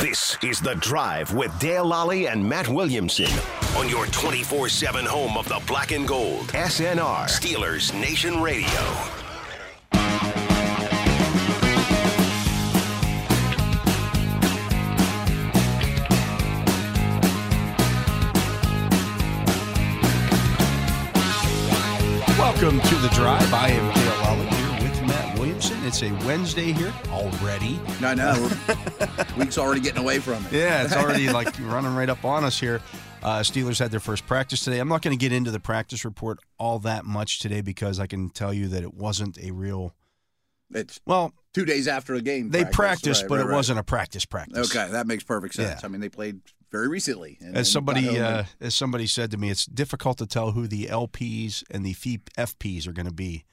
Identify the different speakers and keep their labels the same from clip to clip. Speaker 1: This is The Drive with Dale Lally and Matt Williamson on your 24 7 home of the black and gold. SNR, Steelers Nation Radio.
Speaker 2: Welcome to the drive. I am Dale Lally here with Matt Williamson. It's a Wednesday here already.
Speaker 3: I know. Week's already getting away from it.
Speaker 2: Yeah, it's already like running right up on us here. Uh, Steelers had their first practice today. I'm not going to get into the practice report all that much today because I can tell you that it wasn't a real.
Speaker 3: It's
Speaker 2: Well,
Speaker 3: two days after a game.
Speaker 2: they
Speaker 3: practice,
Speaker 2: practiced,
Speaker 3: right,
Speaker 2: but
Speaker 3: right,
Speaker 2: it
Speaker 3: right.
Speaker 2: wasn't a practice practice.
Speaker 3: Okay, that makes perfect sense.
Speaker 2: Yeah.
Speaker 3: I mean, they played very recently. and then
Speaker 2: As somebody
Speaker 3: got home
Speaker 2: uh,
Speaker 3: and-
Speaker 2: as somebody said to me, it's difficult to tell who the LPs and the FE FPs are going to be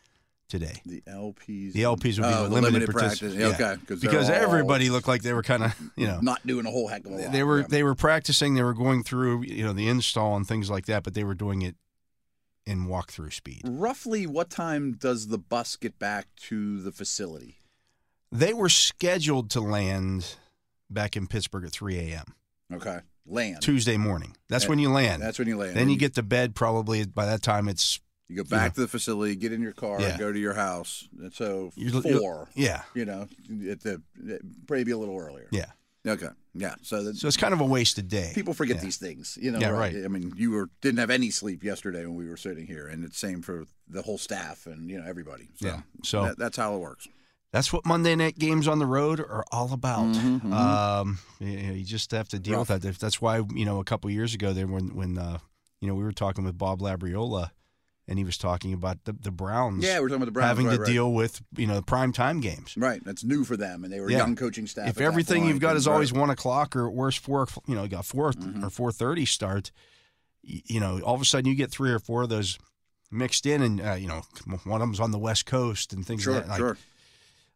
Speaker 2: today.
Speaker 3: the LPs,
Speaker 2: The LPs would be
Speaker 3: oh,
Speaker 2: the limited,
Speaker 3: practice.
Speaker 2: partici-
Speaker 3: Yeah,
Speaker 2: yeah.
Speaker 3: Okay, they're
Speaker 2: because
Speaker 3: all
Speaker 2: everybody looked like they were kind of you know
Speaker 3: not doing a whole heck of a lot.
Speaker 2: they were
Speaker 3: Yeah.
Speaker 2: they were practicing they were going through you know the install and things like that but they were doing it in walkthrough speed
Speaker 3: Roughly, what time does the bus get back to the facility?
Speaker 2: they were scheduled to land back in pittsburgh at 3 a.m
Speaker 3: Okay, land.
Speaker 2: tuesday morning that's
Speaker 3: That-
Speaker 2: when you land
Speaker 3: That's when you land.
Speaker 2: then you get to bed probably by that time it's
Speaker 3: you go back to the facility, get in your car,
Speaker 2: Yeah.
Speaker 3: go to your house. And so
Speaker 2: you're- you're-
Speaker 3: 4
Speaker 2: yeah
Speaker 3: you know, at the maybe a little earlier.
Speaker 2: yeah
Speaker 3: Okay. Yeah. So that,
Speaker 2: so it's kind of a wasted day
Speaker 3: people forget
Speaker 2: Yeah.
Speaker 3: these things you know
Speaker 2: Yeah,
Speaker 3: right?
Speaker 2: right.
Speaker 3: i mean you were didn't have any sleep yesterday when we were sitting here and it's same for the whole staff and you know everybody so
Speaker 2: yeah so
Speaker 3: that- that's how it works
Speaker 2: that's what monday night games on the road are all about
Speaker 3: Mm-hmm,
Speaker 2: um you, know, you just have to deal
Speaker 3: Rough.
Speaker 2: with that that's why you know a couple years ago there when when uh you know we were talking with bob labriola and he was talking about the, the browns
Speaker 3: yeah we're talking about the browns
Speaker 2: Mm. having
Speaker 3: right,
Speaker 2: to
Speaker 3: right.
Speaker 2: deal with you know the prime time games
Speaker 3: right that's new for them and they were
Speaker 2: Yeah.
Speaker 3: young coaching staff at
Speaker 2: if
Speaker 3: that
Speaker 2: everything
Speaker 3: point,
Speaker 2: you've got
Speaker 3: and-
Speaker 2: is always
Speaker 3: right.
Speaker 2: one o'clock or worse four o'clock, you know you got 4
Speaker 3: Mm-hmm.
Speaker 2: or four thirty start y- you know all of a sudden you get three or four of those mixed in and uh, you know one of them's on the west coast and things
Speaker 3: sure
Speaker 2: like that Like,
Speaker 3: sure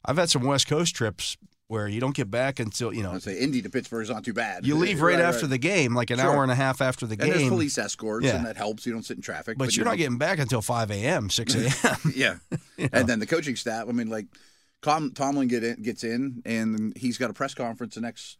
Speaker 2: i've had some west coast trips where you don't get back until you know
Speaker 3: i'd say indy to pittsburgh is not too bad
Speaker 2: uh, you leave right, after
Speaker 3: right.
Speaker 2: the game like an
Speaker 3: Sure.
Speaker 2: hour and a half after the
Speaker 3: and there's
Speaker 2: game
Speaker 3: police escorts
Speaker 2: Yeah.
Speaker 3: and that helps you don't sit in traffic
Speaker 2: but you're not getting back until 5 a.m 6 a.m
Speaker 3: yeah and then the coaching staff i mean like Tom, Tomlin get in, gets in and he's got a press conference the next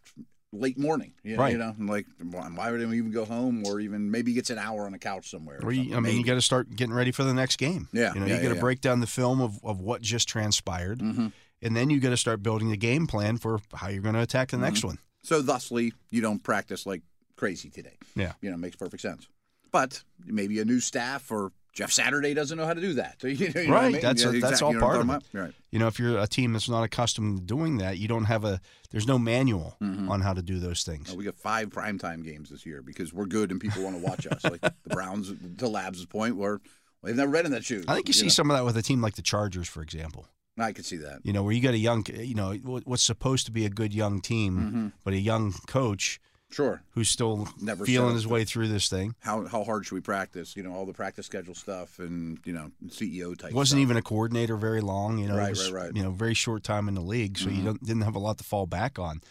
Speaker 3: late morning. You,
Speaker 2: Right.
Speaker 3: You know, I'm like, why why would he even go home or even maybe he gets an hour on a couch somewhere? or
Speaker 2: Or you,
Speaker 3: something,
Speaker 2: I mean, you
Speaker 3: maybe.
Speaker 2: got to start getting ready for the next game.
Speaker 3: Yeah,
Speaker 2: you know, you
Speaker 3: yeah,
Speaker 2: got to
Speaker 3: yeah, Mm-hmm. yeah.
Speaker 2: break down the film of, of what just transpired, and then you got to start building the game plan for how you're going to attack the
Speaker 3: Mm-hmm.
Speaker 2: next one.
Speaker 3: so thusly, you don't practice like crazy today.
Speaker 2: Yeah.
Speaker 3: You know, makes perfect sense. But maybe a new staff or Jeff Saturday doesn't know how to do that. So, you know, you know what I
Speaker 2: Right,
Speaker 3: mean?
Speaker 2: that's
Speaker 3: Yeah,
Speaker 2: a- that's
Speaker 3: exactly,
Speaker 2: all
Speaker 3: you know what
Speaker 2: part
Speaker 3: I'm
Speaker 2: of
Speaker 3: talking about? Right.
Speaker 2: You know, if you're a team that's not accustomed to doing that, you don't have a there's no manual
Speaker 3: Mm-hmm.
Speaker 2: on how to do those things.
Speaker 3: Uh, we got five primetime games this year because we're good and people want to watch us. Like the Browns, to Labs' point, where they've never been in that shoes.
Speaker 2: I think you, see
Speaker 3: know?
Speaker 2: some of that with a team like the Chargers, for example.
Speaker 3: I could see that.
Speaker 2: You know, where you got a young, you know, what- what's supposed to be a good young team, but a young coach
Speaker 3: Sure.
Speaker 2: who's still
Speaker 3: Mm-hmm. Never
Speaker 2: feeling
Speaker 3: showed
Speaker 2: his way through this thing.
Speaker 3: How how hard should we practice? You know, all the practice schedule stuff and you know CEO type.
Speaker 2: wasn't
Speaker 3: stuff.
Speaker 2: even a coordinator very long. You know,
Speaker 3: Right,
Speaker 2: it was,
Speaker 3: right, Mm-hmm. right.
Speaker 2: You know, very short time in the league, so you don't, didn't have a lot to fall back on.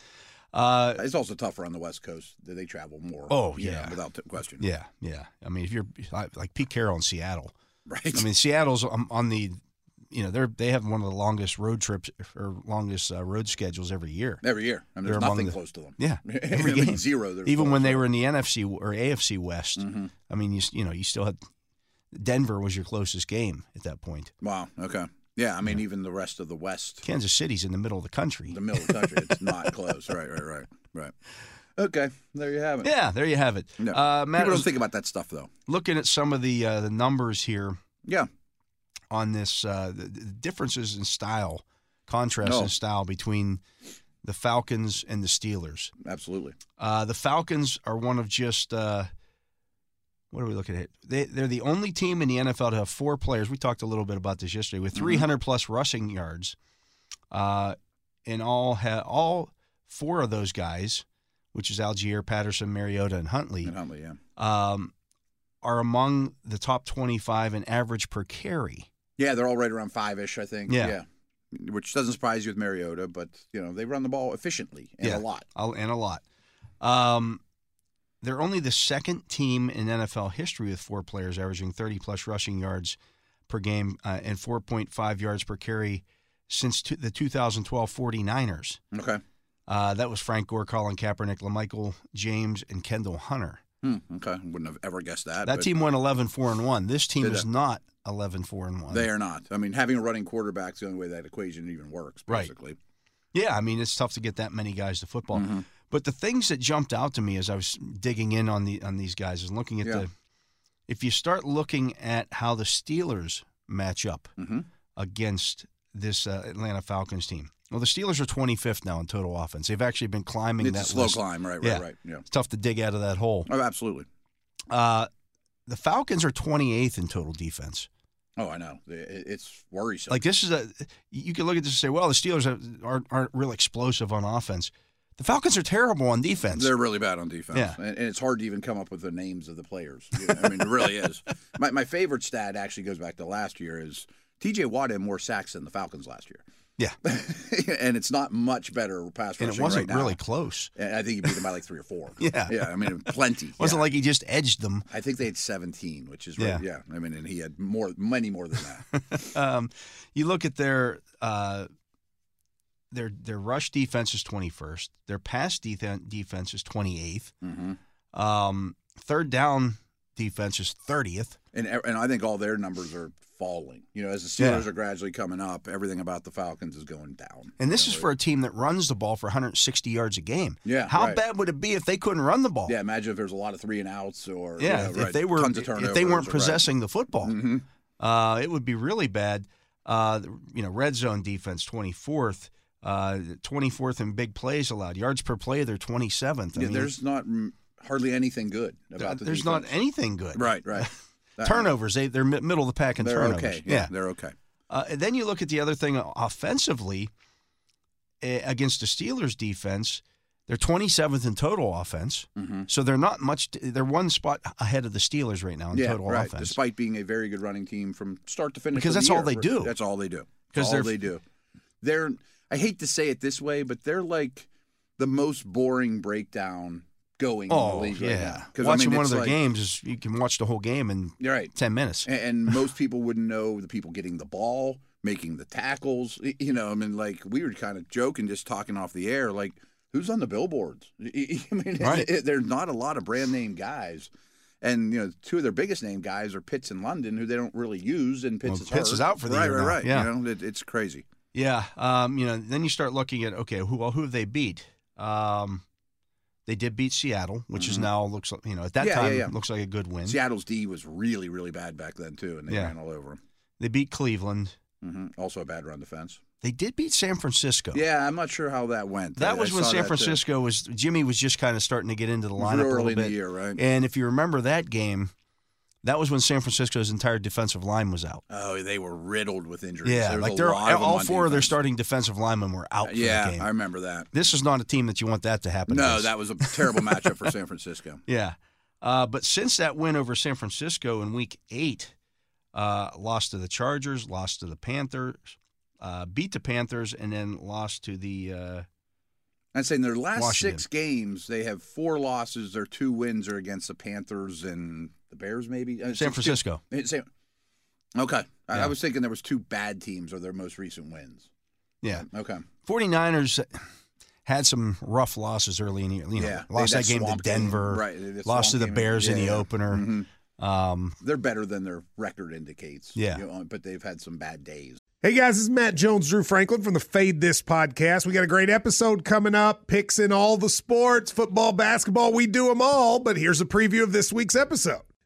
Speaker 2: Uh,
Speaker 3: It's also tougher on the West Coast. that They travel more.
Speaker 2: Oh,
Speaker 3: you know,
Speaker 2: yeah.
Speaker 3: without t- question.
Speaker 2: yeah, yeah. I mean, if you're like like Pete Carroll in Seattle,
Speaker 3: Right.
Speaker 2: I mean, Seattle's on, on the, you know, they're they have one of the longest road trips or longest uh, road schedules every year.
Speaker 3: every year. I mean,
Speaker 2: They're
Speaker 3: there's
Speaker 2: among
Speaker 3: nothing
Speaker 2: the-
Speaker 3: close to them.
Speaker 2: Yeah,
Speaker 3: I
Speaker 2: every
Speaker 3: mean,
Speaker 2: game.
Speaker 3: zero. they're
Speaker 2: Even
Speaker 3: close.
Speaker 2: when they were in the NFC w- or AFC West,
Speaker 3: Mm-hmm.
Speaker 2: I mean, you s- you know, you still had Denver was your closest game at that point.
Speaker 3: Wow. Okay. Yeah, I mean, even the rest of the West,
Speaker 2: Kansas City's in the middle of the country.
Speaker 3: the middle of the country, it's not close. Right, right, right, right. Okay, there you have it.
Speaker 2: Yeah, there you have it.
Speaker 3: No.
Speaker 2: Uh, Matt,
Speaker 3: People
Speaker 2: was
Speaker 3: don't think about that stuff, though.
Speaker 2: looking at some of the uh, the numbers here
Speaker 3: Yeah,
Speaker 2: on this, uh, the, the differences in style, contrast
Speaker 3: No.
Speaker 2: in style between the Falcons and the Steelers.
Speaker 3: absolutely.
Speaker 2: Uh, the Falcons are one of just uh, what are we looking at? They they're the only team in the NFL to have four players. We talked a little bit about this yesterday with 300 plus rushing yards, uh, and all ha- all four of those guys, which is Algier, Patterson, Mariota, and Huntley,
Speaker 3: And Huntley, yeah.
Speaker 2: um, are among the top 25 in average per carry.
Speaker 3: Yeah, they're all right around five ish, I think.
Speaker 2: Yeah.
Speaker 3: Which doesn't surprise you with Mariota, but you know they run the ball efficiently and
Speaker 2: Yeah.
Speaker 3: a lot.
Speaker 2: I'll- and a lot. Um, they're only the second team in NFL history with four players averaging 30 plus rushing yards per game uh, and 4.5 yards per carry since t- the 2012 49ers.
Speaker 3: Okay.
Speaker 2: Uh, that was Frank Gore, Colin Kaepernick, LaMichael James, and Kendall Hunter.
Speaker 3: Hmm, okay. Wouldn't have ever guessed that.
Speaker 2: That
Speaker 3: but
Speaker 2: team went 11 4 and 1. This team
Speaker 3: Did
Speaker 2: is
Speaker 3: it?
Speaker 2: not 11 4 and 1.
Speaker 3: They are not. I mean, having a running quarterback is the only way that equation even works,
Speaker 2: Right.
Speaker 3: basically.
Speaker 2: Yeah, I mean it's tough to get that many guys to football.
Speaker 3: Mm-hmm.
Speaker 2: But the things that jumped out to me as I was digging in on the on these guys and looking at
Speaker 3: Yeah.
Speaker 2: the if you start looking at how the Steelers match up
Speaker 3: Mhm.
Speaker 2: against this uh, Atlanta Falcons team. Well, the Steelers are 25th now in total offense. They've actually been climbing
Speaker 3: It's
Speaker 2: that
Speaker 3: a slow
Speaker 2: list.
Speaker 3: climb, right? Right?
Speaker 2: Yeah.
Speaker 3: Right? Yeah.
Speaker 2: It's tough to dig out of that hole.
Speaker 3: Oh, absolutely.
Speaker 2: Uh, the Falcons are 28th in total defense.
Speaker 3: Oh, I know. It- it- It's worrisome.
Speaker 2: Like this is a you can look at this and say, well, the Steelers are- aren't aren't real explosive on offense. The Falcons are terrible on defense.
Speaker 3: They're really bad on defense.
Speaker 2: Yeah.
Speaker 3: And, and it's hard to even come up with the names of the players. I mean, it really is. My, my favorite stat actually goes back to last year is TJ Watt had more sacks than the Falcons last year.
Speaker 2: Yeah.
Speaker 3: and it's not much better pass
Speaker 2: and
Speaker 3: rushing
Speaker 2: it wasn't
Speaker 3: right now.
Speaker 2: really close.
Speaker 3: And I think he beat them by like three or four.
Speaker 2: Yeah.
Speaker 3: Yeah. I mean, plenty.
Speaker 2: It wasn't
Speaker 3: Yeah.
Speaker 2: like he just edged them.
Speaker 3: I think they had 17, which is
Speaker 2: Yeah.
Speaker 3: right. Yeah. I mean, and he had more, many more than that.
Speaker 2: Um, you look at their uh, their their rush defense is twenty first. Their pass defen defense is twenty eighth.
Speaker 3: hmm
Speaker 2: Um, third down defense is thirtieth.
Speaker 3: And and I think all their numbers are falling. You know, as the
Speaker 2: Yeah.
Speaker 3: Steelers are gradually coming up, everything about the Falcons is going down.
Speaker 2: And this
Speaker 3: You
Speaker 2: is
Speaker 3: know,
Speaker 2: for a team that runs the ball for 160 yards a game.
Speaker 3: Yeah,
Speaker 2: How
Speaker 3: right.
Speaker 2: bad would it be if they couldn't run the ball?
Speaker 3: Yeah, imagine if there's a lot of three and outs or
Speaker 2: Yeah, if- if
Speaker 3: right,
Speaker 2: they were
Speaker 3: tons of
Speaker 2: if they weren't
Speaker 3: turnovers, right.
Speaker 2: possessing the football,
Speaker 3: Mhm.
Speaker 2: uh, it would be really bad. Uh, you know, red zone defense twenty fourth, twenty fourth in big plays allowed. Yards per play, they're twenty seventh.
Speaker 3: Yeah, there's not mm, hardly anything good about the
Speaker 2: there's
Speaker 3: defense.
Speaker 2: not anything good.
Speaker 3: right, right. That-
Speaker 2: Turnovers, they they're mi- middle of the pack in
Speaker 3: They're
Speaker 2: turnovers.
Speaker 3: okay. Yeah,
Speaker 2: yeah.
Speaker 3: they're okay.
Speaker 2: Uh, and then you look at the other thing uh, offensively eh, against the Steelers defense. They're 27th in total offense,
Speaker 3: Mhm.
Speaker 2: so they're not much. They're one spot ahead of the Steelers right now in
Speaker 3: yeah,
Speaker 2: total
Speaker 3: right.
Speaker 2: offense.
Speaker 3: Despite being a very good running team from start to finish,
Speaker 2: Because
Speaker 3: of the
Speaker 2: that's all
Speaker 3: year.
Speaker 2: they do.
Speaker 3: That's all they do.
Speaker 2: 'Cause
Speaker 3: Because all
Speaker 2: they're-
Speaker 3: they do. They're. I hate to say it this way, but they're like the most boring breakdown going in
Speaker 2: oh
Speaker 3: the league right
Speaker 2: yeah,
Speaker 3: now. 'Cause, I
Speaker 2: watching
Speaker 3: mean,
Speaker 2: one
Speaker 3: it's
Speaker 2: of their
Speaker 3: like-
Speaker 2: games is you can watch the whole game in
Speaker 3: You're right.
Speaker 2: 10 minutes.
Speaker 3: and, and most people wouldn't know the people getting the ball, making the tackles. y- You know, I mean, like we were kind of joking, just talking off the air, like who's on the billboards? I mean,
Speaker 2: Right.
Speaker 3: there's not a lot of brand name guys, and you know, two of their biggest name guys are Pitts and London, who they don't really use, and Pitts
Speaker 2: Well,
Speaker 3: is
Speaker 2: Pitts
Speaker 3: hurt.
Speaker 2: is out for the
Speaker 3: right,
Speaker 2: year
Speaker 3: right,
Speaker 2: now,
Speaker 3: right.
Speaker 2: yeah.
Speaker 3: You know, it, it's crazy.
Speaker 2: Yeah, um, you know, then you start looking at okay, who well, who have they beat? Um, they did beat Seattle, which is now looks like you know at that
Speaker 3: Mm-hmm. Yeah, yeah,
Speaker 2: time
Speaker 3: yeah.
Speaker 2: looks like a good win.
Speaker 3: Seattle's D was really, really bad back then too, and they
Speaker 2: Yeah.
Speaker 3: ran all over them.
Speaker 2: They beat Cleveland.
Speaker 3: hmm Also a bad run defense.
Speaker 2: They did beat San Francisco.
Speaker 3: Yeah, I'm not sure how that went.
Speaker 2: That
Speaker 3: I-
Speaker 2: was
Speaker 3: I
Speaker 2: when
Speaker 3: saw
Speaker 2: San
Speaker 3: that, too.
Speaker 2: Francisco was Jimmy was just kind of starting to get into the
Speaker 3: It was
Speaker 2: lineup
Speaker 3: real
Speaker 2: a
Speaker 3: early
Speaker 2: little
Speaker 3: in the
Speaker 2: bit.
Speaker 3: year, right?
Speaker 2: And if you remember that game, that was when San Francisco's entire defensive line was out.
Speaker 3: Oh, they were riddled with injuries.
Speaker 2: Yeah,
Speaker 3: There was
Speaker 2: like
Speaker 3: a
Speaker 2: they're
Speaker 3: lot of them
Speaker 2: all
Speaker 3: on
Speaker 2: four of their
Speaker 3: defense.
Speaker 2: starting defensive linemen were out for
Speaker 3: Yeah,
Speaker 2: that game.
Speaker 3: I remember that.
Speaker 2: this is not a team that you want that to happen.
Speaker 3: No,
Speaker 2: against.
Speaker 3: that was a terrible matchup for San Francisco.
Speaker 2: Yeah. Uh, but since that win over San Francisco in week eight, uh, lost to the Chargers, lost to the Panthers, uh, beat the Panthers, and then lost to the. Uh,
Speaker 3: I'd say in their last
Speaker 2: Washington.
Speaker 3: six games, they have four losses. Their two wins are against the Panthers and the Bears, maybe. Uh,
Speaker 2: San
Speaker 3: two-
Speaker 2: Francisco.
Speaker 3: eh, San- Okay, I,
Speaker 2: Yeah.
Speaker 3: I was thinking there was two bad teams or their most recent wins.
Speaker 2: Yeah.
Speaker 3: Okay,
Speaker 2: 49ers had some rough losses early in the year. You know,
Speaker 3: yeah, they-
Speaker 2: lost that game to
Speaker 3: swamp
Speaker 2: Denver,
Speaker 3: right? they- that
Speaker 2: lost to
Speaker 3: swamp
Speaker 2: the
Speaker 3: game.
Speaker 2: Bears in
Speaker 3: Yeah,
Speaker 2: the
Speaker 3: yeah.
Speaker 2: opener.
Speaker 3: Mhm.
Speaker 2: Um,
Speaker 3: They're better than their record indicates.
Speaker 2: Yeah.
Speaker 3: you know, but they've had some bad days.
Speaker 4: Hey guys, this is Matt Jones, Drew Franklin from the Fade This podcast. We got a great episode coming up. Picks in all the sports, football, basketball, we do them all. But here's a preview of this week's episode.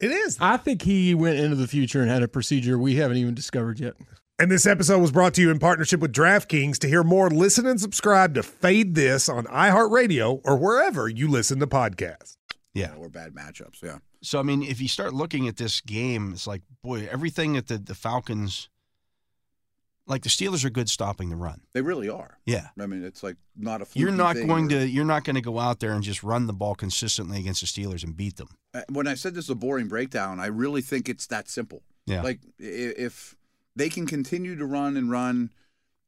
Speaker 4: It is.
Speaker 5: I think he went into the future and had a procedure we haven't even discovered yet.
Speaker 4: And this episode was brought to you in partnership with DraftKings. To hear more, listen and subscribe to Fade This on iHeartRadio or wherever you listen to podcasts.
Speaker 2: Yeah.
Speaker 3: or bad matchups. Yeah.
Speaker 2: So I mean, if you start looking at this game, it's like, boy, everything that the, the Falcons, like the Steelers, are good stopping the run.
Speaker 3: They really are.
Speaker 2: Yeah,
Speaker 3: I mean, it's like not a fluky
Speaker 2: you're not
Speaker 3: thing
Speaker 2: going
Speaker 3: where-
Speaker 2: to you're not going to go out there and just run the ball consistently against the Steelers and beat them.
Speaker 3: Uh, When I said this is a boring breakdown, I really think it's that simple.
Speaker 2: Yeah,
Speaker 3: Like i- if they can continue to run and run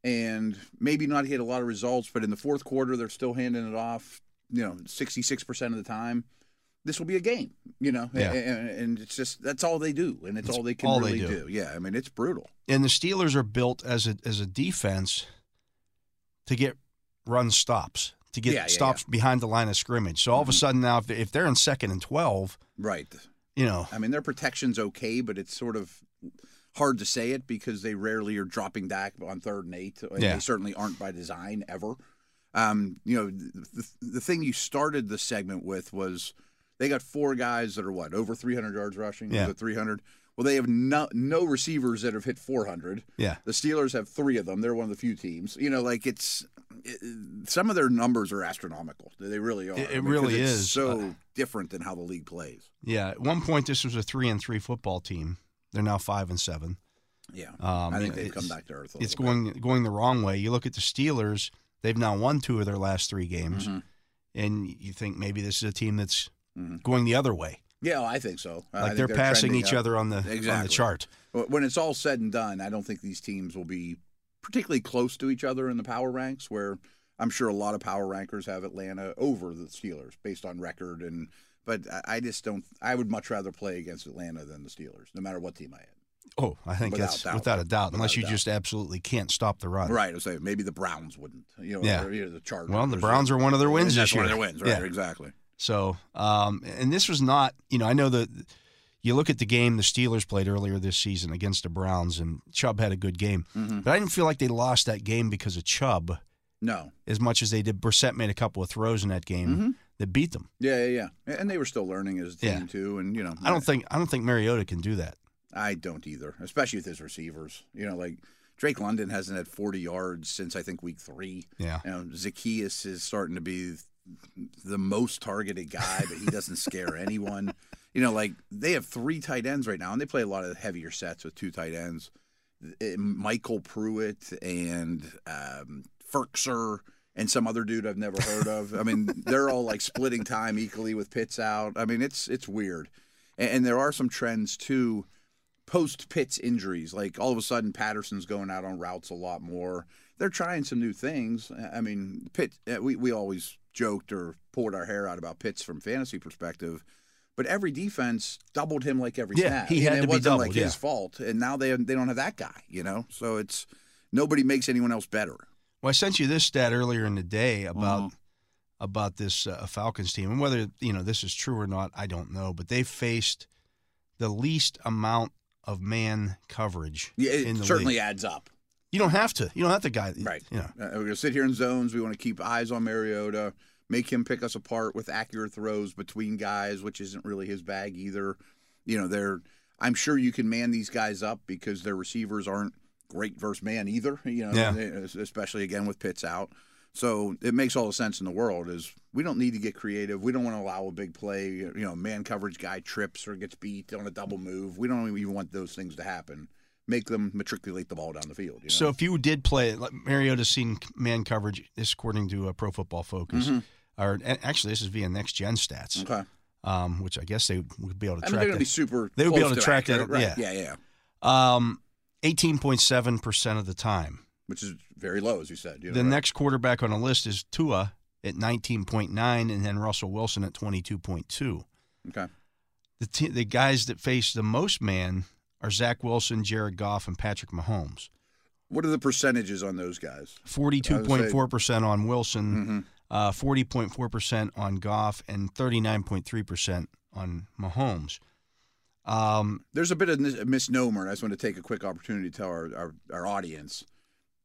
Speaker 3: and maybe not hit a lot of results, but in the fourth quarter they're still handing it off, you know, 66% of the time, this will be a game, you know.
Speaker 2: Yeah.
Speaker 3: A- a- And, it's just that's all they do and it's, all they can
Speaker 2: all they
Speaker 3: really
Speaker 2: do.
Speaker 3: do. Yeah, I mean, it's brutal.
Speaker 2: and the Steelers are built as a as a defense to get run stops, to get
Speaker 3: Yeah, Mm-hmm. yeah,
Speaker 2: stops behind the line of scrimmage. So all of a sudden now, if, they- if they're in second and twelve,
Speaker 3: Right.
Speaker 2: you know,
Speaker 3: I mean, their protection's okay, but it's sort of hard to say it because they rarely are dropping back on third and eight. And
Speaker 2: Yeah.
Speaker 3: They certainly aren't by design ever. Um, you know, the, the thing you started the segment with was they got four guys that are what over 300 yards rushing.
Speaker 2: Yeah.
Speaker 3: Is it 300? Well, they have no, no receivers that have hit 400.
Speaker 2: yeah,
Speaker 3: The Steelers have three of them. They're one of the few teams. You know, like it's it, some of their numbers are astronomical. They really are.
Speaker 2: It- it
Speaker 3: 'cause
Speaker 2: really
Speaker 3: it's
Speaker 2: is.
Speaker 3: so
Speaker 2: Uh,
Speaker 3: different than how the league plays.
Speaker 2: yeah. At one point, this was a three and three football team. They're now five and seven.
Speaker 3: Yeah,
Speaker 2: Um,
Speaker 3: I think
Speaker 2: it-
Speaker 3: they've come
Speaker 2: it's-
Speaker 3: back to earth. A
Speaker 2: it's
Speaker 3: little bit.
Speaker 2: going going the wrong way. You look at the Steelers; they've now won two of their last three games,
Speaker 3: Mhm.
Speaker 2: and you think maybe this is a team that's
Speaker 3: Mhm.
Speaker 2: going the other way.
Speaker 3: Yeah, I think so. I
Speaker 2: Like
Speaker 3: think
Speaker 2: they're, passing
Speaker 3: Uh, trending
Speaker 2: each
Speaker 3: up.
Speaker 2: other on the on the
Speaker 3: Exactly.
Speaker 2: chart.
Speaker 3: Wh- When it's all said and done, I don't think these teams will be particularly close to each other in the power ranks. Where I'm sure a lot of power rankers have Atlanta over the Steelers based on record and. But I- I just don't. I would much rather play against Atlanta than the Steelers, no matter what team I had.
Speaker 2: Oh, I think
Speaker 3: Without
Speaker 2: that's
Speaker 3: doubt.
Speaker 2: without a doubt.
Speaker 3: Without
Speaker 2: unless
Speaker 3: a
Speaker 2: you
Speaker 3: doubt.
Speaker 2: just absolutely can't stop the run.
Speaker 3: Right. So maybe the Browns wouldn't. You know,
Speaker 2: Yeah.
Speaker 3: or, you know, the Chargers.
Speaker 2: Well, the
Speaker 3: or
Speaker 2: Browns are one of their wins
Speaker 3: That's
Speaker 2: this year.
Speaker 3: One of their wins, right?
Speaker 2: Yeah.
Speaker 3: Exactly.
Speaker 2: So, um, and this was not. You know, I know that you look at the game the Steelers played earlier this season against the Browns, and Chubb had a good game,
Speaker 3: Mhm.
Speaker 2: but I didn't feel like they lost that game because of Chubb.
Speaker 3: No.
Speaker 2: as much as they did. Brissett made a couple of throws in that game
Speaker 3: Mm-hmm.
Speaker 2: that beat them.
Speaker 3: Yeah, yeah, yeah. And they were still learning as a team
Speaker 2: Yeah.
Speaker 3: too. And you know,
Speaker 2: I don't think I don't think Mariota can do that.
Speaker 3: I don't either, especially with his receivers. You know, like Drake London hasn't had 40 yards since I think week three.
Speaker 2: Yeah,
Speaker 3: You know, Zacchaeus is starting to be the most targeted guy, but he doesn't scare anyone. You know, like they have three tight ends right now, and they play a lot of heavier sets with two tight ends. Eh, Michael Pruitt and um, Ferkser and some other dude I've never heard of. I mean, they're all like splitting time equally with Pitts out. I mean, it's it's weird, and, and there are some trends too. Post Pitts injuries, like all of a sudden Patterson's going out on routes a lot more. They're trying some new things. I- I mean, Pitt. eh, We we always joked or pulled our hair out about Pitts from fantasy perspective. But every defense doubled him like every
Speaker 2: Yeah,
Speaker 3: snap.
Speaker 2: he
Speaker 3: and
Speaker 2: had
Speaker 3: it
Speaker 2: to be
Speaker 3: wasn't like
Speaker 2: doubled, yeah.
Speaker 3: his fault. And now they they don't have that guy, you know. So it's nobody makes anyone else better.
Speaker 2: Well, I sent you this stat earlier in the day about
Speaker 3: Mhm.
Speaker 2: about this uh, Falcons team, and whether you know this is true or not, I don't know. But they faced the least amount of man coverage.
Speaker 3: Yeah, it
Speaker 2: in the
Speaker 3: certainly
Speaker 2: league.
Speaker 3: adds up.
Speaker 2: you don't have to. You don't have to guy.
Speaker 3: Right.
Speaker 2: You know.
Speaker 3: Uh, we're gonna sit here in zones. We want to keep eyes on Mariota, make him pick us apart with accurate throws between guys, which isn't really his bag either. You know, they're. I'm sure you can man these guys up because their receivers aren't great versus man either. You know, eh,
Speaker 2: Yeah.
Speaker 3: especially again with Pitts out. So it makes all the sense in the world. Is we don't need to get creative. We don't want to allow a big play. You know, man coverage guy trips or gets beat on a double move. We don't even want those things to happen. Make them matriculate the ball down the field. You know?
Speaker 2: So if you did play, like Mariota's seen man coverage. This is according to uh, Pro Football Focus,
Speaker 3: Mm-hmm.
Speaker 2: or a- actually this is via Next Gen Stats,
Speaker 3: okay,
Speaker 2: um, which I guess they would be able to
Speaker 3: Mm-hmm. I mean they're
Speaker 2: track.
Speaker 3: going to be super.
Speaker 2: They would be
Speaker 3: close
Speaker 2: able to track that,
Speaker 3: accurate, Right?
Speaker 2: yeah.
Speaker 3: yeah, yeah,
Speaker 2: um, 18.7% of the time.
Speaker 3: which is very low, as you said. You know,
Speaker 2: the
Speaker 3: right?
Speaker 2: next quarterback on the list is Tua at 19.9 and then Russell Wilson at 22.2.
Speaker 3: Okay.
Speaker 2: The, t- the guys that face the most man are Zach Wilson, Jared Goff, and Patrick Mahomes.
Speaker 3: What are the percentages on those guys? I would say-
Speaker 2: 42.4% on Wilson,
Speaker 3: Mm-hmm.
Speaker 2: uh, 40.4% on Goff, and 39.3% on Mahomes. Um,
Speaker 3: There's a bit of a misnomer, and I just want to take a quick opportunity to tell our, our, our audience.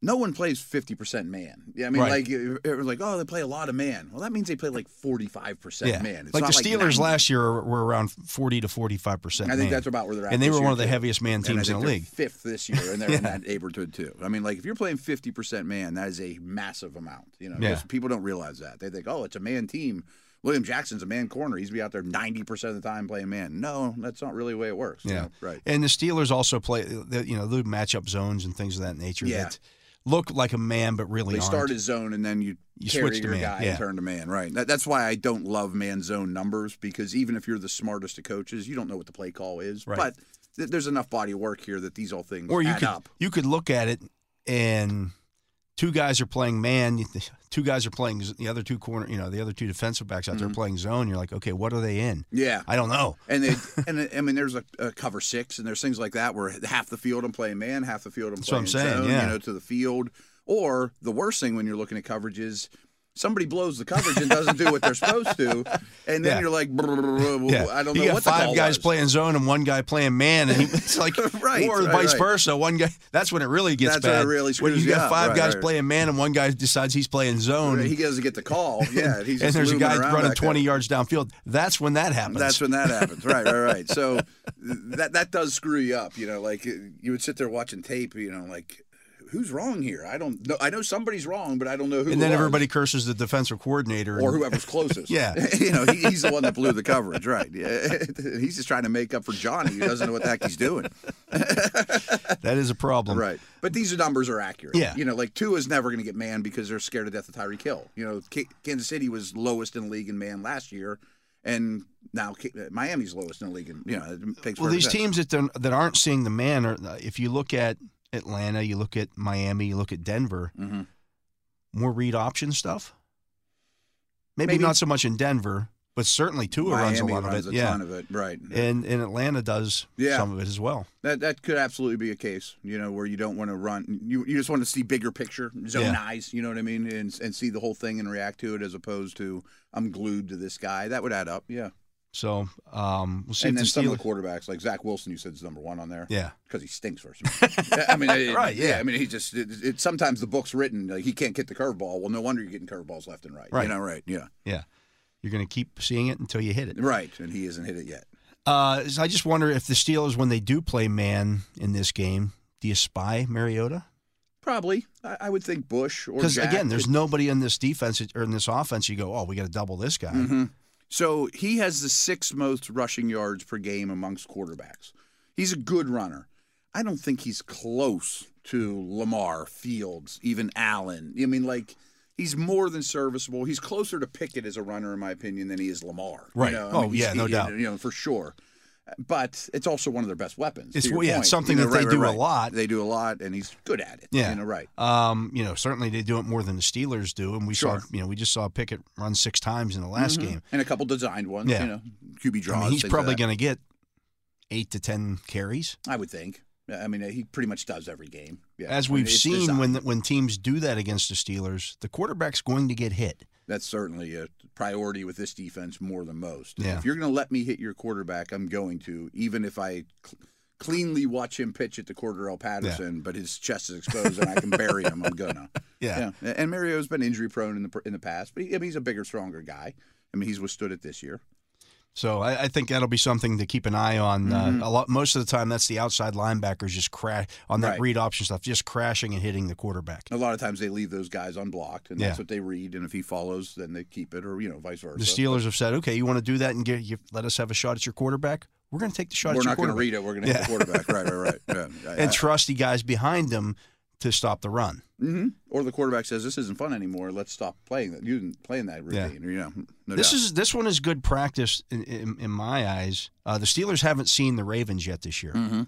Speaker 3: No one plays 50% man. Yeah, I mean,
Speaker 2: Right.
Speaker 3: like, it it was like, oh, they play a lot of man. Well, that means they play like 45%
Speaker 2: yeah.
Speaker 3: man. It's
Speaker 2: like the
Speaker 3: not
Speaker 2: Steelers
Speaker 3: 90.
Speaker 2: last year were around 40 to 45%.
Speaker 3: I think
Speaker 2: man.
Speaker 3: that's about where they're at.
Speaker 2: And they
Speaker 3: this
Speaker 2: were
Speaker 3: year,
Speaker 2: one of the
Speaker 3: too.
Speaker 2: heaviest man
Speaker 3: And I
Speaker 2: teams in
Speaker 3: think
Speaker 2: the
Speaker 3: they're
Speaker 2: league.
Speaker 3: Fifth this year, and they're in that neighborhood too. I mean, like if you're playing fifty percent man, that is a massive amount. You know,
Speaker 2: Yeah.
Speaker 3: just- people don't realize that. They think, oh, it's a man team. William Jackson's a man corner. He's be out there ninety percent of the time playing man. No, that's not really the way it works. you
Speaker 2: Yeah.
Speaker 3: know? right.
Speaker 2: And the Steelers also play, the- you know, the matchup zones and things of that nature
Speaker 3: Yeah.
Speaker 2: that look like a man, but really
Speaker 3: They
Speaker 2: aren't.
Speaker 3: start as zone, and then you,
Speaker 2: You
Speaker 3: carry
Speaker 2: switch to
Speaker 3: your
Speaker 2: man,
Speaker 3: guy
Speaker 2: yeah.
Speaker 3: and turn to man. Right. That, that's why I don't love man zone numbers because even if you're the smartest of coaches, you don't know what the play call is.
Speaker 2: Right.
Speaker 3: But th- there's enough body of work here that these all things
Speaker 2: or you
Speaker 3: add
Speaker 2: could
Speaker 3: up.
Speaker 2: you could look at it and two guys are playing man, you th- two guys are playing z- the other two corner, you know, the other two defensive backs out there
Speaker 3: Mm-hmm.
Speaker 2: playing zone. You're like, okay, what are they in?
Speaker 3: Yeah.
Speaker 2: I don't know.
Speaker 3: And they, and I mean, there's a, a cover six, and there's things like that where half the field I'm playing man, half the field I'm
Speaker 2: That's what
Speaker 3: playing
Speaker 2: I'm saying,
Speaker 3: zone,
Speaker 2: yeah.
Speaker 3: you know, to the field. Or the worst thing when you're looking at coverage is somebody blows the coverage and doesn't do what they're supposed to, and then
Speaker 2: Yeah.
Speaker 3: you're like, "Brrr,
Speaker 2: Yeah,
Speaker 3: I don't
Speaker 2: you
Speaker 3: know
Speaker 2: got
Speaker 3: what the
Speaker 2: five
Speaker 3: call
Speaker 2: guys
Speaker 3: was."
Speaker 2: playing zone and one guy playing man, and he, it's like,
Speaker 3: Right,
Speaker 2: or
Speaker 3: right,
Speaker 2: vice
Speaker 3: right.
Speaker 2: versa. One guy that's when it really gets
Speaker 3: That's when it
Speaker 2: bad.
Speaker 3: really
Speaker 2: when
Speaker 3: screws
Speaker 2: you
Speaker 3: you
Speaker 2: got
Speaker 3: up,
Speaker 2: five
Speaker 3: right,
Speaker 2: guys
Speaker 3: right.
Speaker 2: playing man and one guy decides he's playing zone.
Speaker 3: He doesn't get the call. Yeah,
Speaker 2: and
Speaker 3: he's just
Speaker 2: there's a
Speaker 3: looming
Speaker 2: guy
Speaker 3: around
Speaker 2: running
Speaker 3: back there.
Speaker 2: 20 yards downfield. That's when that happens.
Speaker 3: That's when that happens. Right, right, right. So th- that that does screw you up. You know, like uh, you would sit there watching tape. You know, like who's wrong here? I don't know. I know somebody's wrong, but I don't know who.
Speaker 2: and then
Speaker 3: it was.
Speaker 2: everybody curses the defensive coordinator.
Speaker 3: or
Speaker 2: and-
Speaker 3: whoever's closest.
Speaker 2: Yeah.
Speaker 3: you know, he, he's the one that blew the coverage, right? Yeah. he's just trying to make up for Johnny, who doesn't know what the heck he's doing,
Speaker 2: Um, That is a problem.
Speaker 3: right? But these numbers are accurate.
Speaker 2: Yeah.
Speaker 3: you know, like two is never going to get man because they're scared to death of Tyreek Hill. You know, K- Kansas City was lowest in the league in man last year, and now K- Miami's lowest in the league. And you know, it takes
Speaker 2: Well, these
Speaker 3: perfect sense.
Speaker 2: teams that don't- that aren't seeing the man, are, if you look at Atlanta, you look at Miami, you look at Denver,
Speaker 3: Mhm.
Speaker 2: more read option stuff. Maybe,
Speaker 3: Maybe.
Speaker 2: not so much in Denver, but certainly Tua runs a
Speaker 3: Miami
Speaker 2: lot
Speaker 3: runs
Speaker 2: of it.
Speaker 3: a
Speaker 2: yeah,
Speaker 3: ton of it, right?
Speaker 2: and and Atlanta does
Speaker 3: Yeah.
Speaker 2: some of it as well.
Speaker 3: That that could absolutely be a case, you know, where you don't want to run. You you just want to see bigger picture, zone
Speaker 2: Yeah.
Speaker 3: eyes. You know what I mean, and and see the whole thing and react to it as opposed to I'm glued to this guy. That would add up, yeah.
Speaker 2: So um, we'll see if
Speaker 3: and then
Speaker 2: the
Speaker 3: some
Speaker 2: Steelers.
Speaker 3: of the quarterbacks, like Zach Wilson, you said is number one on there,
Speaker 2: yeah,
Speaker 3: because he stinks for some. I mean, it-
Speaker 2: Right, yeah.
Speaker 3: I mean, he just it, it, sometimes the book's written like he can't get the curveball. Well, no wonder you're getting curveballs left and right.
Speaker 2: Right.
Speaker 3: You know, right? Yeah,
Speaker 2: yeah, you're going to keep seeing it until you hit it.
Speaker 3: right. And he hasn't hit it yet.
Speaker 2: Uh, so I just wonder if the Steelers, when they do play man in this game, do you spy Mariota?
Speaker 3: Probably, I, I would think Bush or
Speaker 2: Because
Speaker 3: Jack
Speaker 2: again, there's
Speaker 3: could-
Speaker 2: nobody in this defense or in this offense. You go, oh, we got to double this guy.
Speaker 3: Mm-hmm. So he has the sixth most rushing yards per game amongst quarterbacks. He's a good runner. I don't think he's close to Lamar, Fields, even Allen. I mean, like he's more than serviceable. He's closer to Pickett as a runner, in my opinion, than he is Lamar.
Speaker 2: Right.
Speaker 3: You know, I
Speaker 2: Oh,
Speaker 3: mean, he's-
Speaker 2: yeah, no
Speaker 3: he-
Speaker 2: doubt.
Speaker 3: You know, for sure. But it's also one of their best weapons. to
Speaker 2: It's-
Speaker 3: your
Speaker 2: well, yeah,
Speaker 3: point.
Speaker 2: something
Speaker 3: You know,
Speaker 2: that they
Speaker 3: right,
Speaker 2: do
Speaker 3: right,
Speaker 2: a
Speaker 3: right.
Speaker 2: lot.
Speaker 3: They do a lot, and he's good at it.
Speaker 2: Yeah.
Speaker 3: You know, right.
Speaker 2: Um, you know, certainly they do it more than the Steelers do, and we
Speaker 3: Sure.
Speaker 2: saw, you know, we just saw Pickett run six times in the last game.
Speaker 3: And a couple designed ones.
Speaker 2: Yeah.
Speaker 3: You know, QB
Speaker 2: I
Speaker 3: draws.
Speaker 2: mean, he's
Speaker 3: things like
Speaker 2: probably
Speaker 3: that.
Speaker 2: going to get eight to ten carries,
Speaker 3: I would think. I mean, he pretty much does every game. Yeah,
Speaker 2: as
Speaker 3: I mean,
Speaker 2: we've
Speaker 3: it's
Speaker 2: seen
Speaker 3: designed.
Speaker 2: when when teams do that against the Steelers. The quarterback's going to get hit.
Speaker 3: that's certainly a priority with this defense more than most.
Speaker 2: Yeah.
Speaker 3: If you're going to let me hit your quarterback, I'm going to, even if I cl- cleanly watch him pitch at the Cordell Patterson, but his chest is exposed and I can bury him. I'm gonna.
Speaker 2: Yeah.
Speaker 3: yeah. And Mario's been injury prone in the pr- in the past, but he, I mean, he's a bigger, stronger guy. I mean, he's withstood it this year.
Speaker 2: So I, I think that'll be something to keep an eye on.
Speaker 3: Mm-hmm.
Speaker 2: Uh, a lot, most of the time, that's the outside linebackers just crash on that
Speaker 3: Right.
Speaker 2: read option stuff, just crashing and hitting the quarterback.
Speaker 3: A lot of times they leave those guys unblocked, and that's
Speaker 2: Yeah.
Speaker 3: what they read. And if he follows, then they keep it, or you know, vice versa.
Speaker 2: The Steelers have said, "Okay, you want to do that and get you, let us have a shot at your quarterback? We're going to take the shot
Speaker 3: We're
Speaker 2: at your
Speaker 3: not going to
Speaker 2: quarterback
Speaker 3: read it. We're going to hit the quarterback. right, right, right. Yeah.
Speaker 2: and trust the guys behind them to stop the run."
Speaker 3: hmm Or the quarterback says, "This isn't fun anymore. Let's stop playing that. You didn't playing that
Speaker 2: Yeah.
Speaker 3: routine, or you know, no
Speaker 2: this
Speaker 3: doubt.
Speaker 2: is this one is good practice in, in, in my eyes. Uh, the Steelers haven't seen the Ravens yet this year.
Speaker 3: Mhm.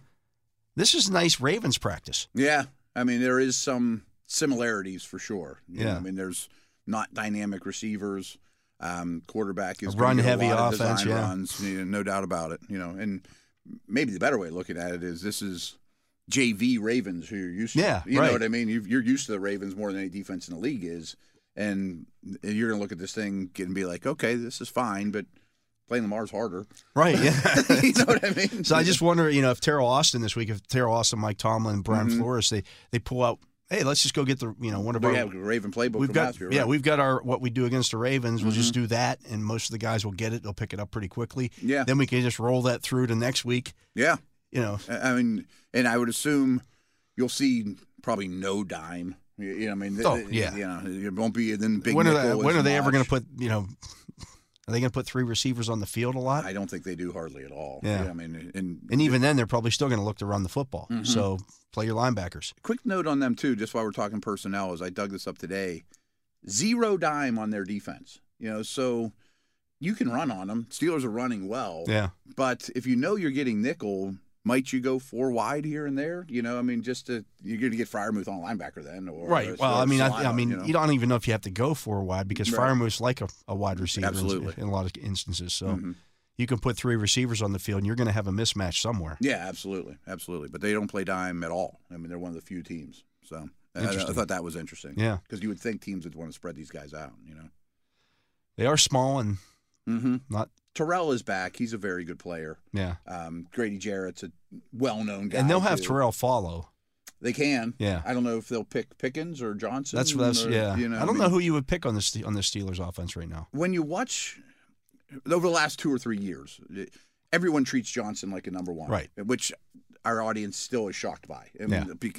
Speaker 2: This is nice Ravens practice.
Speaker 3: yeah. I mean, there is some similarities for sure. You know,
Speaker 2: Yeah.
Speaker 3: I mean, there's not dynamic receivers. Um, quarterback is
Speaker 2: A
Speaker 3: gonna get a
Speaker 2: run-heavy
Speaker 3: lot of
Speaker 2: offense,
Speaker 3: design
Speaker 2: yeah.
Speaker 3: runs, you know, no doubt about it. You know, and maybe the better way of looking at it is this is JV Ravens who you're used to.
Speaker 2: Yeah,
Speaker 3: you
Speaker 2: right.
Speaker 3: know what I mean. You've, you're used to the Ravens more than any defense in the league is, and you're going to look at this thing and be like, okay, this is fine, but playing Lamar's harder.
Speaker 2: Right. Yeah.
Speaker 3: you know what I mean?
Speaker 2: so I just wonder, you know, if Terrell Austin this week, if Terrell Austin, Mike Tomlin, Brian Flores, they they pull out, hey, let's just go get the, you know, one of
Speaker 3: Mm-hmm. we
Speaker 2: our.
Speaker 3: have a Raven playbook
Speaker 2: We've
Speaker 3: from
Speaker 2: got,
Speaker 3: last year,
Speaker 2: yeah,
Speaker 3: right? Mm-hmm.
Speaker 2: we've got our what we do against the Ravens. We'll just do that, and most of the guys will get it. They'll pick it up pretty quickly.
Speaker 3: Yeah.
Speaker 2: Then we can just roll that through to next week.
Speaker 3: yeah.
Speaker 2: You know,
Speaker 3: I I mean, and I would assume you'll see probably no dime. You you know, I mean,
Speaker 2: Oh,
Speaker 3: th-
Speaker 2: yeah.
Speaker 3: you know, it won't be then big.
Speaker 2: when are
Speaker 3: nickel
Speaker 2: they,
Speaker 3: and
Speaker 2: when are
Speaker 3: some
Speaker 2: they ever going
Speaker 3: Mosh.
Speaker 2: to put you know? Are they going to put three receivers on the field a lot?
Speaker 3: I don't think they do hardly at all.
Speaker 2: Yeah.
Speaker 3: I mean, and,
Speaker 2: And even then, they're probably still going to look to run the football.
Speaker 3: Mm-hmm.
Speaker 2: So play your linebackers.
Speaker 3: quick note on them too, just while we're talking personnel, as I dug this up today, zero dime on their defense. You know, so you can run on them. Steelers are running well.
Speaker 2: Yeah.
Speaker 3: But if you know you're getting nickel, might you go four wide here and there? You know, I mean, just to, you're going to get Fryermuth on linebacker then, or or
Speaker 2: Well, I mean, I, I
Speaker 3: Solano,
Speaker 2: mean,
Speaker 3: you
Speaker 2: you,
Speaker 3: know?
Speaker 2: don't even know if you have to go four wide because
Speaker 3: Right.
Speaker 2: Firemoose like a, a wide receiver in-
Speaker 3: Absolutely.
Speaker 2: in, a lot of instances. So
Speaker 3: Mhm.
Speaker 2: you can put three receivers on the field, and you're going to have a mismatch somewhere.
Speaker 3: Yeah, absolutely, absolutely. But they don't play dime at all. I mean, they're one of the few teams. So I- I, I
Speaker 2: Interesting.
Speaker 3: thought that was interesting.
Speaker 2: Yeah.
Speaker 3: because you would think teams would want to spread these guys out. You know,
Speaker 2: They are small and
Speaker 3: mm-hmm.
Speaker 2: not.
Speaker 3: Terrell is back. He's a very good player.
Speaker 2: Yeah.
Speaker 3: Um, Grady Jarrett's a well-known guy,
Speaker 2: And they'll have
Speaker 3: too.
Speaker 2: Terrell follow.
Speaker 3: They can.
Speaker 2: Yeah.
Speaker 3: I don't know if they'll pick Pickens or Johnson.
Speaker 2: That's what that's.
Speaker 3: Mm, or,
Speaker 2: yeah.
Speaker 3: you know,
Speaker 2: I don't
Speaker 3: mean-
Speaker 2: know who you would pick on the Ste- on the Steelers offense right now.
Speaker 3: when you watch over the last two or three years, everyone treats Johnson like a number one,
Speaker 2: Right.
Speaker 3: Which our audience still is shocked by. I, mean,
Speaker 2: Yeah.
Speaker 3: be-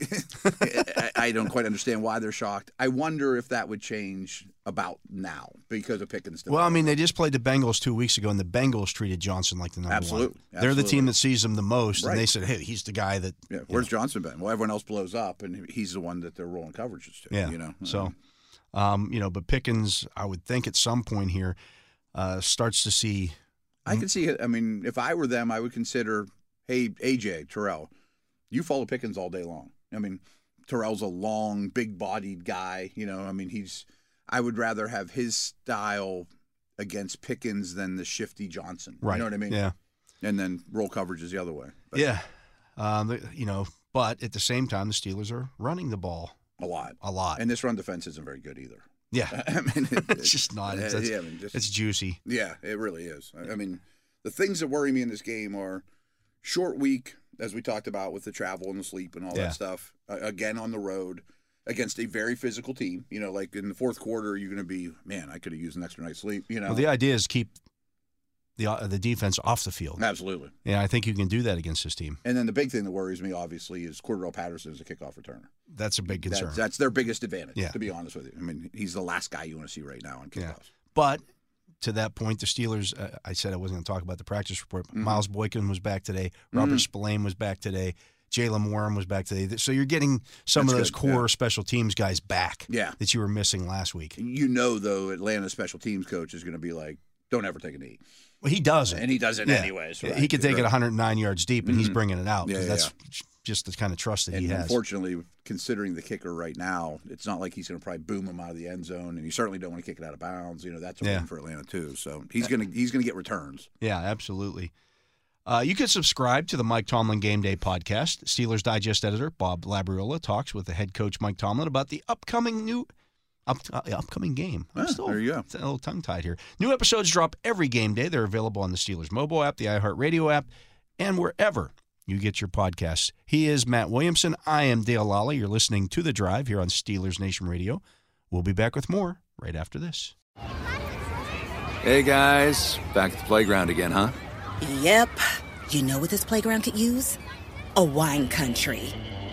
Speaker 3: I- I don't quite understand why they're shocked. I wonder if that would change about now because of Pickens.
Speaker 2: Well, I mean, they just played the Bengals two weeks ago, and the Bengals treated Johnson like the number
Speaker 3: Absolutely.
Speaker 2: one. They're the
Speaker 3: Absolutely.
Speaker 2: team that sees him the most,
Speaker 3: Right.
Speaker 2: and they said, "Hey, he's the guy that."
Speaker 3: yeah, where's Johnson been? Well, everyone else blows up, and he's the one that they're rolling coverages to.
Speaker 2: Yeah.
Speaker 3: you know.
Speaker 2: So, um, you know, but Pickens, I would think at some point here, uh, starts to see.
Speaker 3: I
Speaker 2: Mm-hmm.
Speaker 3: can see it. I mean, if I were them, I would consider, hey, AJ, Terrell, you follow Pickens all day long. I mean, Terrell's a long, big bodied guy. You know, I mean, he's, I would rather have his style against Pickens than the shifty Johnson. You know what I mean?
Speaker 2: Yeah.
Speaker 3: And then roll coverage is the other way. But
Speaker 2: yeah. Um, the- you know, but at the same time, the Steelers are running the ball
Speaker 3: A lot.
Speaker 2: a lot.
Speaker 3: And this run defense isn't very good either.
Speaker 2: yeah.
Speaker 3: I mean, it-
Speaker 2: it's just not. It's,
Speaker 3: yeah,
Speaker 2: it's,
Speaker 3: yeah, I mean, just-
Speaker 2: it's juicy.
Speaker 3: Yeah, it really is. I I mean, the things that worry me in this game are short week, as we talked about with the travel and the sleep and all
Speaker 2: Yeah.
Speaker 3: that stuff. Uh, again, on the road against a very physical team. You know, like in the fourth quarter, you're going to be, man, I could have used an extra night's sleep. You know,
Speaker 2: Well, the idea is keep the uh, the defense off the field.
Speaker 3: absolutely.
Speaker 2: Yeah, I think you can do that against this team.
Speaker 3: And then the big thing that worries me, obviously, is Cordell Patterson as a kickoff returner.
Speaker 2: That's a big concern.
Speaker 3: That's, that's their biggest advantage,
Speaker 2: Yeah.
Speaker 3: to be honest with you. I mean, he's the last guy you want to see right now on
Speaker 2: Yeah.
Speaker 3: kickoffs.
Speaker 2: But to that point, the Steelers, uh, I said I wasn't going to talk about the practice report. but
Speaker 3: Mm-hmm.
Speaker 2: Miles Boykin was back today. Robert Spillane was back today. Jalen Warren was back today. So you're getting some of those
Speaker 3: That's good,
Speaker 2: core special teams guys back
Speaker 3: Yeah.
Speaker 2: that you were missing last week.
Speaker 3: You know, though, Atlanta's special teams coach is going to be like, don't ever take a knee.
Speaker 2: Well, he does it.
Speaker 3: And he does it
Speaker 2: Yeah.
Speaker 3: anyways.
Speaker 2: Yeah,
Speaker 3: Right?
Speaker 2: He could take it
Speaker 3: Right. Mm-hmm.
Speaker 2: 109 yards deep, and he's bringing it out. 'cause
Speaker 3: Yeah, yeah,
Speaker 2: that's just the kind of trust that
Speaker 3: and
Speaker 2: he has.
Speaker 3: unfortunately, considering the kicker right now, it's not like he's going to probably boom him out of the end zone, and you certainly don't want to kick it out of bounds. You know that's a
Speaker 2: Yeah.
Speaker 3: win for Atlanta too. So he's going to he's going to get returns.
Speaker 2: Yeah, absolutely. Uh, you can subscribe to the Mike Tomlin Game Day podcast. Steelers Digest editor Bob Labriola talks with the head coach Mike Tomlin about the upcoming new up, uh, upcoming game. I'm
Speaker 3: Ah, there you go.
Speaker 2: A little tongue tied here. New episodes drop every game day. They're available on the Steelers mobile app, the iHeartRadio app, and wherever you get your podcasts. He is Matt Williamson. I am Dale Lally. You're listening to The Drive here on Steelers Nation Radio. We'll be back with more right after this.
Speaker 1: Hey guys, back at the playground again, huh?
Speaker 6: Yep. You know what this playground could use? A wine country.